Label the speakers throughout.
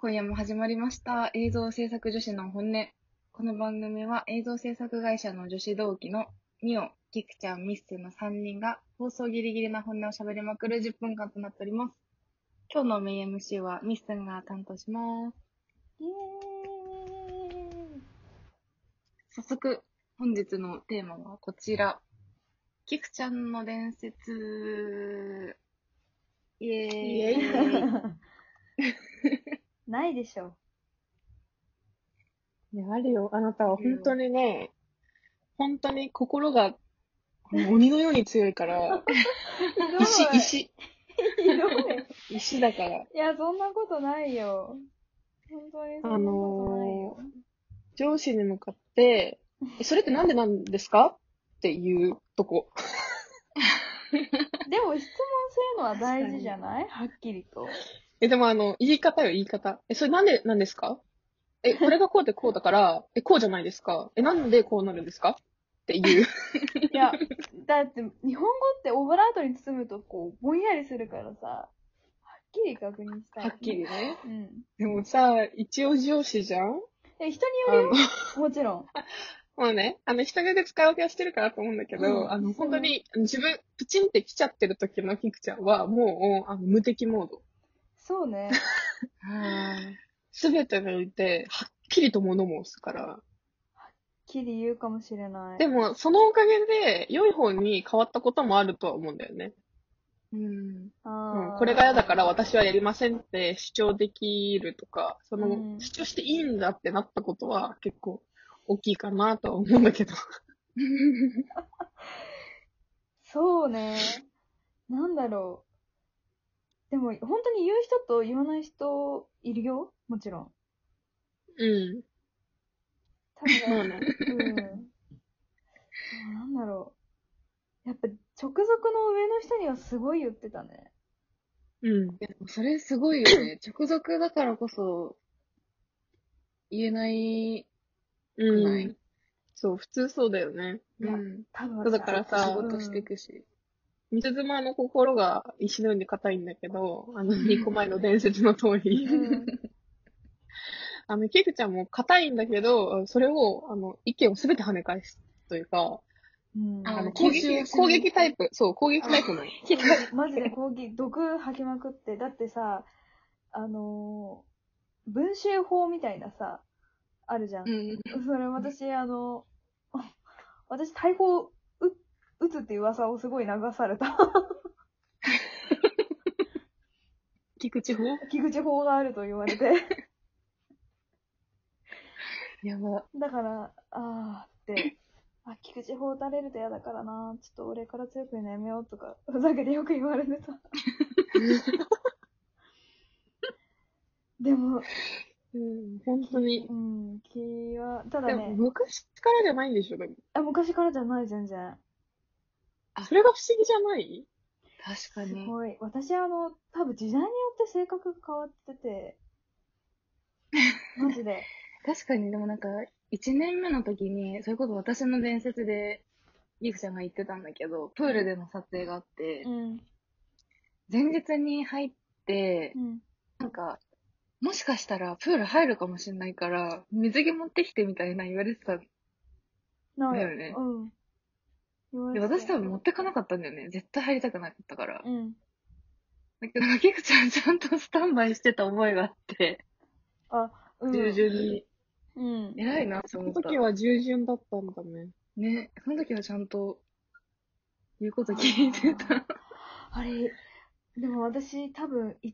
Speaker 1: 今夜も始まりました。映像制作女子の本音。この番組は映像制作会社の女子同期のミオ、キクちゃん、ミッスーの3人が放送ギリギリな本音を喋りまくる10分間となっております。今日のメイン MC はミッスンが担当します。
Speaker 2: イエーイ
Speaker 1: 早速、本日のテーマはこちら。キクちゃんの伝説。イエーイ。
Speaker 2: イエないでしょ。
Speaker 3: いや、あるよ。あなたは本当にね、本当に心が鬼のように強いから、
Speaker 2: ひどい。
Speaker 3: 石、石、
Speaker 2: ひどい。
Speaker 3: 石だから。
Speaker 2: いや、そんなことないよ。本当にそん
Speaker 3: あ
Speaker 2: なことないよ
Speaker 3: の。ー、上司に向かって、えそれってなんでなんですかっていうとこ。
Speaker 2: でも質問するのは大事じゃないはっきりと。
Speaker 3: え、でもあの、言い方よ、言い方。え、それなんでなんですかえ、これがこうでこうだから、え、こうじゃないですかえ、なんでこうなるんですかっていう。
Speaker 2: いや、だって日本語ってオブラートに包むとこう、ぼんやりするからさ、はっきり確認したい。
Speaker 3: はっきり。ね。
Speaker 2: うん。
Speaker 3: でもさ、一応上司じゃん
Speaker 2: え、人
Speaker 3: あ
Speaker 2: によるよ。
Speaker 3: の
Speaker 2: もちろん。
Speaker 3: まあね、あの、人目で使い分けはしてるからと思うんだけど、
Speaker 2: うん
Speaker 3: あの、本当に、自分、プチンって来ちゃってる時のキクちゃんは、もう、あの、無敵モード。
Speaker 2: そう ね。
Speaker 1: はい。
Speaker 3: すべてにおいて、はっきりと物申すから。
Speaker 2: きり言うかもしれない。
Speaker 3: でも、そのおかげで、良い方に変わったこともあるとは思うんだよね。
Speaker 1: うん。
Speaker 3: う
Speaker 2: あ
Speaker 3: ん。
Speaker 2: ー
Speaker 3: これが嫌だから私はやりませんって主張できるとか、その、
Speaker 2: うん
Speaker 3: 主張していいんだってなったことは、結構、大きいかなとは思うんだけど。
Speaker 2: そうね。なんだろう。でも、本当に言う人と言わない人いるよもちろん。
Speaker 3: うん。
Speaker 2: 多
Speaker 3: まあ
Speaker 2: 分、
Speaker 3: ね。
Speaker 2: うん。なんだろう。やっぱ、直属の上の人にはすごい言ってたね。
Speaker 3: うん。
Speaker 1: いや、でもそれすごいよ ね。直属だからこそ、言えない。
Speaker 3: うん。
Speaker 1: ない
Speaker 3: そう、普通そうだよね。
Speaker 2: いや
Speaker 1: ん。
Speaker 2: 多分
Speaker 3: そうだからさ
Speaker 1: 仕事していくし。
Speaker 3: 水妻の心が石のように硬いんだけど、あの、2個前の伝説の通
Speaker 2: う
Speaker 3: り、
Speaker 2: ん。
Speaker 3: あの、キクちゃんも硬いんだけど、それを、あの、意見をすべて跳ね返すというか、
Speaker 2: うん。
Speaker 1: あ
Speaker 3: あの、
Speaker 1: 吸収
Speaker 3: 攻
Speaker 1: しない
Speaker 3: 撃、攻撃タイプ、そう、攻撃タイプなの。
Speaker 2: いやマジで攻撃、毒吐きまくって、だってさ、あのー文集法みたいなさ、あるじゃん。
Speaker 1: ん。
Speaker 2: それ私、あの、 私、太鼓を打打つっていう噂をすごい流された。
Speaker 3: 菊池法
Speaker 2: 菊口法があると言われて。
Speaker 1: やば。
Speaker 2: だから、あーって。あ、菊池法打たれると嫌だからな。ちょっと俺から強く言うのやめようとか、ふざけてよく言われ てた。でも、
Speaker 3: うん、本当に。
Speaker 2: うん、気は、ただ
Speaker 3: でも、
Speaker 2: ね、
Speaker 3: 昔からじゃないんでしょ、でも。
Speaker 2: あ昔からじゃない、全然。
Speaker 3: それが不思議じゃない
Speaker 1: 確か
Speaker 2: す
Speaker 1: に。
Speaker 2: ごい。私、あの、多分時代によって性格が変わってて、 マジで。
Speaker 1: 確かに、でもなんか、1年目の時に、それこそ私の伝説で、ゆくちゃんが言ってたんだけど、プールでの撮影があって、
Speaker 2: うん。
Speaker 1: 前日に入って
Speaker 2: う、ん。
Speaker 1: なんか、もしかしたらプール入るかもしれないから、水着持ってきてみたいな言われてた。
Speaker 2: な
Speaker 1: だよね
Speaker 2: うん。言わ
Speaker 1: で、
Speaker 2: れてた
Speaker 1: 私多分持ってかなかったんだよね。絶対入りたくなかったから。
Speaker 2: うん。
Speaker 1: だけど、キクちゃんちゃんとスタンバイしてた覚えがあって、
Speaker 2: うん。
Speaker 1: 従順に。
Speaker 2: うん。
Speaker 1: 偉いなって
Speaker 3: そ
Speaker 1: 思っ
Speaker 3: の
Speaker 1: た。
Speaker 3: 時は従順だったんだね。
Speaker 1: ね、その時はちゃんと、言うこと聞いてた。
Speaker 2: あれ、でも私多分1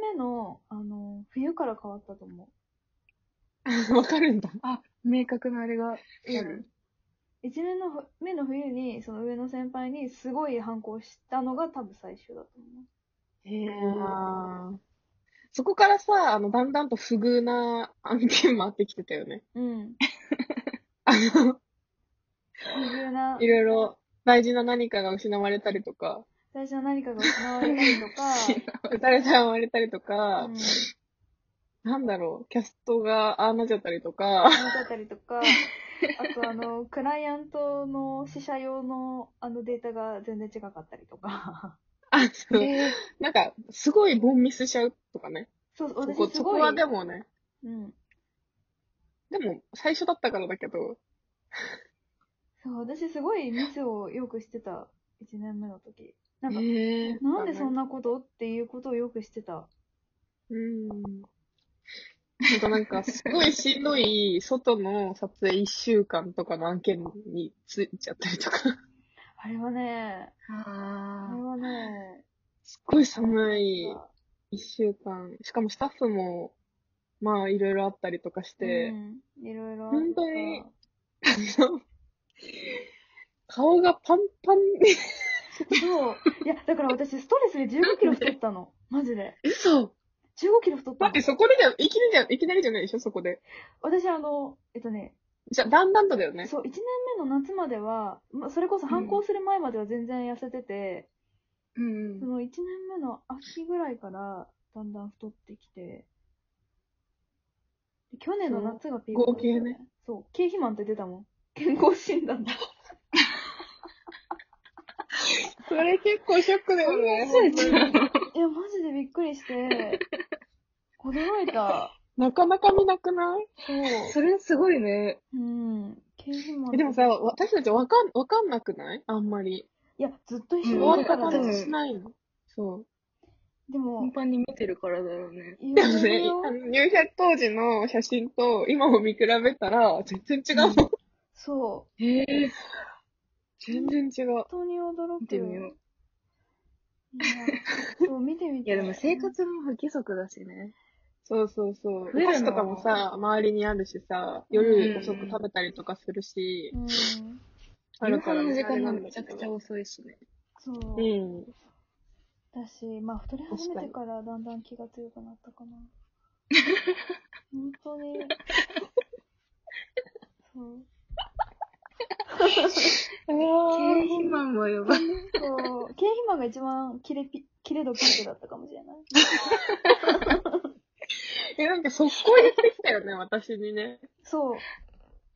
Speaker 2: 年目の、あの、冬から変わったと思
Speaker 3: わかるんだ。
Speaker 1: あ、明確なあれがある。
Speaker 2: う。1年のふ目の冬に、その上の先輩にすごい反抗したのが多分最初だと思う。
Speaker 3: へーそこからさ、あの、だんだんと不遇な案件もあってきてたよね。
Speaker 2: うん。
Speaker 3: あの、
Speaker 2: 冬ない
Speaker 3: 、ろいろ大事な何かが失われたり とか、
Speaker 2: 最初の何かが失われたりとか、
Speaker 3: 打たれちゃわれたりとか
Speaker 2: う、ん、
Speaker 3: なんだろう、キャストがああなっちゃったり とか、
Speaker 2: なかったりと か、あとあの、クライアントの試写用のあのデータが全然違かったりとか。
Speaker 3: あそう
Speaker 1: えー
Speaker 3: なんか、すごいボンミスしちゃうとかね。
Speaker 2: そう、
Speaker 3: そ
Speaker 2: 私
Speaker 3: こ、
Speaker 2: す
Speaker 3: そこ
Speaker 2: ごい。
Speaker 3: はでもね、
Speaker 2: うん。
Speaker 3: でも、最初だったからだけど、
Speaker 2: そう、私すごいミスをよくしてた。1年目の時。なんか、
Speaker 3: ええ
Speaker 2: なんでそん
Speaker 3: な。
Speaker 2: なことっていうことをよくしてた。
Speaker 3: うん。なんかなんか、すごいしんどい、外の撮影1週間とかの案件についちゃった りとか、
Speaker 2: あれはね、あ
Speaker 1: あ
Speaker 2: れはね、
Speaker 3: すっごい寒い1週間。しかもスタッフも、まあ、いろいろあったりとかして、
Speaker 2: うん、いろいろあった。
Speaker 3: 本当に 顔がパンパンで。
Speaker 2: そう。いや、だから私、ストレスで15キロ太ったの。マジで。
Speaker 3: 嘘
Speaker 2: 15キロ太った
Speaker 3: だっ
Speaker 2: の
Speaker 3: て。そこでじゃ、いきなりじゃ、いきなりじゃないでしょ、そこで。
Speaker 2: 私、あの、えっとね、
Speaker 3: じゃ、だんだんとだよね。
Speaker 2: そう、1年目の夏までは、まそれこそ反抗する前までは全然痩せてて、
Speaker 1: ーうん
Speaker 2: そ。の1年目の秋ぐらいから、だんだん太ってきて、で去年の夏がピークだったよ
Speaker 3: 合計。
Speaker 2: そう、経肥満って出たもん。健康診断だ。
Speaker 3: それ結構ショックだよね。
Speaker 2: そうですよいや、マジでびっくりして、驚いた。
Speaker 3: なかなか見なくない
Speaker 2: そう。
Speaker 1: それすごいね。
Speaker 2: うん。経費も。
Speaker 3: えでもさ、、私たちわかん、わかんなくないあんまり。
Speaker 2: いや、ずっと一緒
Speaker 1: うん
Speaker 3: 終わ
Speaker 2: に
Speaker 3: っ
Speaker 2: いた
Speaker 3: た
Speaker 2: から
Speaker 3: 感
Speaker 1: うん
Speaker 2: ね。
Speaker 3: じしないの。そう。
Speaker 2: でも
Speaker 1: 頻、繁に見てるからだよね。
Speaker 2: い
Speaker 3: で
Speaker 2: ろ
Speaker 3: もね、
Speaker 2: いろ
Speaker 3: あの入社当時の写真と今を見比べたら、全然違うもん。
Speaker 2: そう。
Speaker 1: へえ。
Speaker 3: 全然違う。
Speaker 2: 本当に驚く。
Speaker 1: 見てみよう。
Speaker 2: いやそう、見てみ
Speaker 1: い
Speaker 2: て。
Speaker 1: や、でも生活も不規則だしね。
Speaker 3: そうそうそう。
Speaker 1: 増えるの
Speaker 3: お菓子とかもさ、周りにあるしさ、夜遅く食べたりとかするし、
Speaker 2: うん。
Speaker 3: あるから
Speaker 1: 夕飯の時
Speaker 3: ね。
Speaker 1: 間もめちゃくちゃ遅いしね。
Speaker 2: そう。
Speaker 3: うん。
Speaker 2: だし、まあ、太り始めてからだんだん気が強くなったか な。本当に。 そう。
Speaker 1: 経費マンはやばい。
Speaker 2: そう、経費マンが一番キレピ、キレ度ピークだったかもしれない。
Speaker 3: え、なんか速攻言ってきたよね、私にね。
Speaker 2: そう、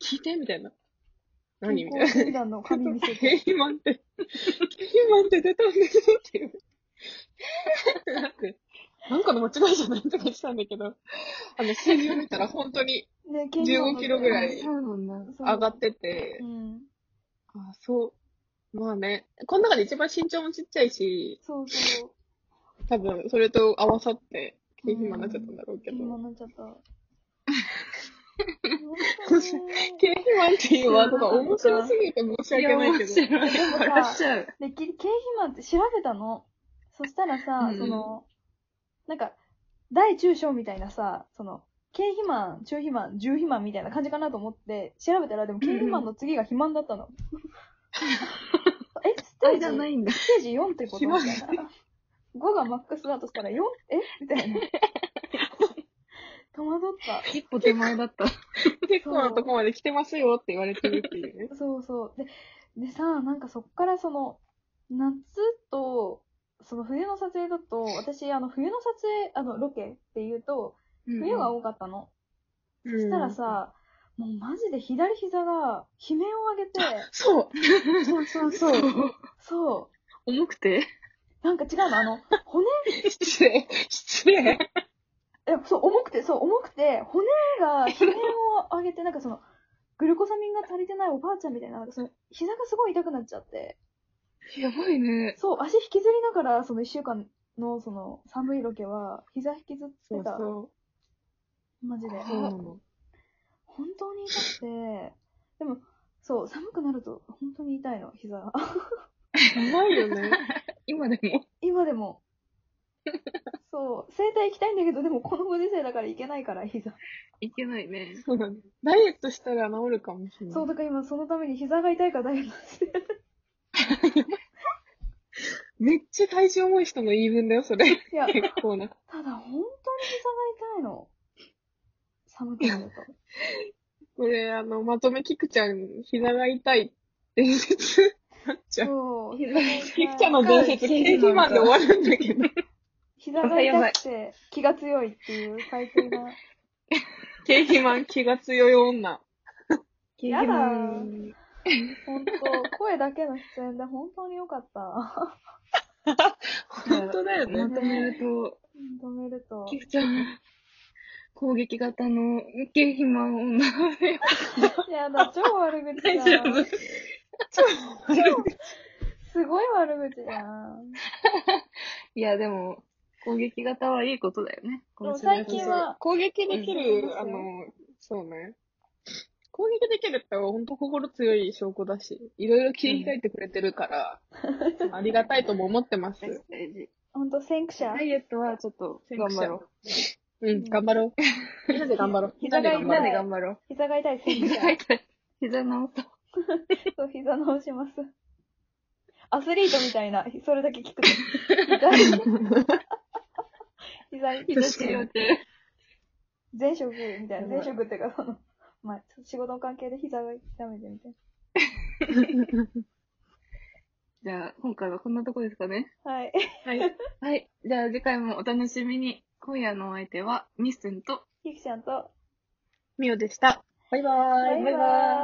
Speaker 3: 聞いてみたいな。何
Speaker 2: 健
Speaker 3: みたいな。
Speaker 2: 康診断の紙見せ
Speaker 3: ケ
Speaker 2: て。
Speaker 3: イマンって、ケイマンって出たんですよって いう。だってなんかの間違いじゃないとか言ってたんだけど、あの、数字を見たら本当に
Speaker 2: ね、健。
Speaker 3: 15キロぐらい
Speaker 1: そうなんだ。
Speaker 3: 上がっててて
Speaker 2: う、ん。
Speaker 3: あ、そう。まあね、この中で一番身長もちっちゃいし、
Speaker 2: そうそう。
Speaker 3: 多分それと合わさって、ケイマンになっちゃったんだろうけ
Speaker 2: 経
Speaker 3: ど
Speaker 2: 費。マンになっちゃった。
Speaker 3: ケイマンっていうワードが面白すぎて申し訳ないけど。
Speaker 1: いや面白い。
Speaker 2: でもさ
Speaker 1: 笑っちゃう。
Speaker 2: で、き経費マンって調べたの。そしたらさ、
Speaker 1: うん
Speaker 2: その、なんか、大中小みたいなさ、その、軽肥満、中肥満、重肥満みたいな感じかなと思って、調べたら、でも軽肥満の次が肥満だったの。え、ステ
Speaker 1: あ
Speaker 2: ー
Speaker 1: れ
Speaker 2: ジ
Speaker 1: じゃないんだ。
Speaker 2: ステージ4ってことみ
Speaker 3: 暇
Speaker 2: たいな。5がマックスだとしたら 4? えみたいな。戸惑っ
Speaker 1: 一歩手前だった。
Speaker 3: 結構なとこまで来てますよって言われてるっていうね。
Speaker 2: た。そうそう。で、でさ、なんかそっからその、夏と、その冬の撮影だと、私、あの、冬の撮影、あの、ロケっていうと、冬が多かったの。
Speaker 3: そ
Speaker 2: そしたら、さ、もうマジで左膝が悲鳴を上げて、
Speaker 3: そう
Speaker 2: そうそう
Speaker 1: そ
Speaker 2: そうう。。そう。
Speaker 1: 重くて
Speaker 2: なんか違うの、あの、骨
Speaker 3: 失礼、失礼。
Speaker 2: え、そう、重くて、そう、重くて、骨が悲鳴を上げて、なんかその、グルコサミンが足りてないおばあちゃんみたいな、なんかその、膝がすごい痛くなっちゃって、
Speaker 1: やばいね。
Speaker 2: そう、足引きずりながら、その一週間の、その、寒いロケは、膝引きずってた。
Speaker 3: そ
Speaker 2: マジで。
Speaker 3: う。
Speaker 1: そうな
Speaker 2: 本当に痛くて、でも、そう、寒くなると、本当に痛いの、膝 が。
Speaker 3: うまいよね。
Speaker 1: 今でも。
Speaker 2: 今 でも。そう、整体行きたいんだけど、でもこのご時世だから行けないから、膝。
Speaker 1: いけないね。
Speaker 3: そうだね。ダイエットしたら治るかもしれない。
Speaker 2: そう、だから今、そのために膝が痛いからダイエットして る。
Speaker 3: めっちゃ体重重い人の言い分だよ、それ。
Speaker 2: いや、
Speaker 3: 結構な。
Speaker 2: ただ、本当に膝が痛いの。寒くな ると。
Speaker 3: これ、あの、まとめきくちゃん、膝が痛い伝説。なっちゃう。
Speaker 2: そう。
Speaker 1: 膝が痛い
Speaker 3: きくちゃんの伝説、
Speaker 1: 深い
Speaker 3: 経費マンで終わるんだけど。
Speaker 2: 膝が痛くて気が強いっていう最低な。
Speaker 3: 経費マン気が強い女。
Speaker 2: やだ本当声だけの出演で本当に良かった。
Speaker 3: 本当だよね
Speaker 1: ま。とめると、
Speaker 2: 止めると。
Speaker 1: キクちゃん、攻撃型の経肥満女。
Speaker 2: やだ、超悪口
Speaker 1: 大
Speaker 2: だ。
Speaker 1: 丈夫
Speaker 2: すごい悪口だな。
Speaker 1: いや、でも、攻撃型はいいことだよね。
Speaker 2: でも最近は
Speaker 3: 攻撃でき
Speaker 2: う
Speaker 3: る
Speaker 2: ん、
Speaker 3: あの、そうね。攻撃できるって、ほんと心強い証拠だし、いろいろ切り開いてくれてるから、ありがたいとも思ってま
Speaker 1: メッセ
Speaker 3: す。
Speaker 1: ージ。
Speaker 2: ほんと、先駆者
Speaker 1: ダ。イエットはちょっと頑張ろ
Speaker 3: うん、頑張ろ う。みんなで頑張ろう。
Speaker 2: 膝が
Speaker 1: う。み
Speaker 2: 痛い
Speaker 1: ん
Speaker 3: み
Speaker 1: な
Speaker 3: な
Speaker 1: で
Speaker 3: で頑張ろ
Speaker 1: 頑張ろ
Speaker 3: う
Speaker 1: う。
Speaker 2: 膝が痛い先駆
Speaker 1: 膝
Speaker 2: 者。
Speaker 1: 痛い 膝治った。
Speaker 2: そう、膝直します。アスリートみたいな、それだけ聞くと。膝、膝、
Speaker 1: 膝治療中。
Speaker 2: 前職みたいな、
Speaker 1: やばい
Speaker 2: 前職っていうか、その、まあ、仕事の関係で膝が痛めてみたい
Speaker 1: じゃあ、今回はこんなとこですかね。
Speaker 2: な。はい。
Speaker 3: はい。
Speaker 1: はい。じゃあ次回もお楽しみに。今夜のお相手は、ミッスンと、
Speaker 2: ゆきちゃんと、
Speaker 3: みおでした。バイバーイ。
Speaker 2: バイバーイ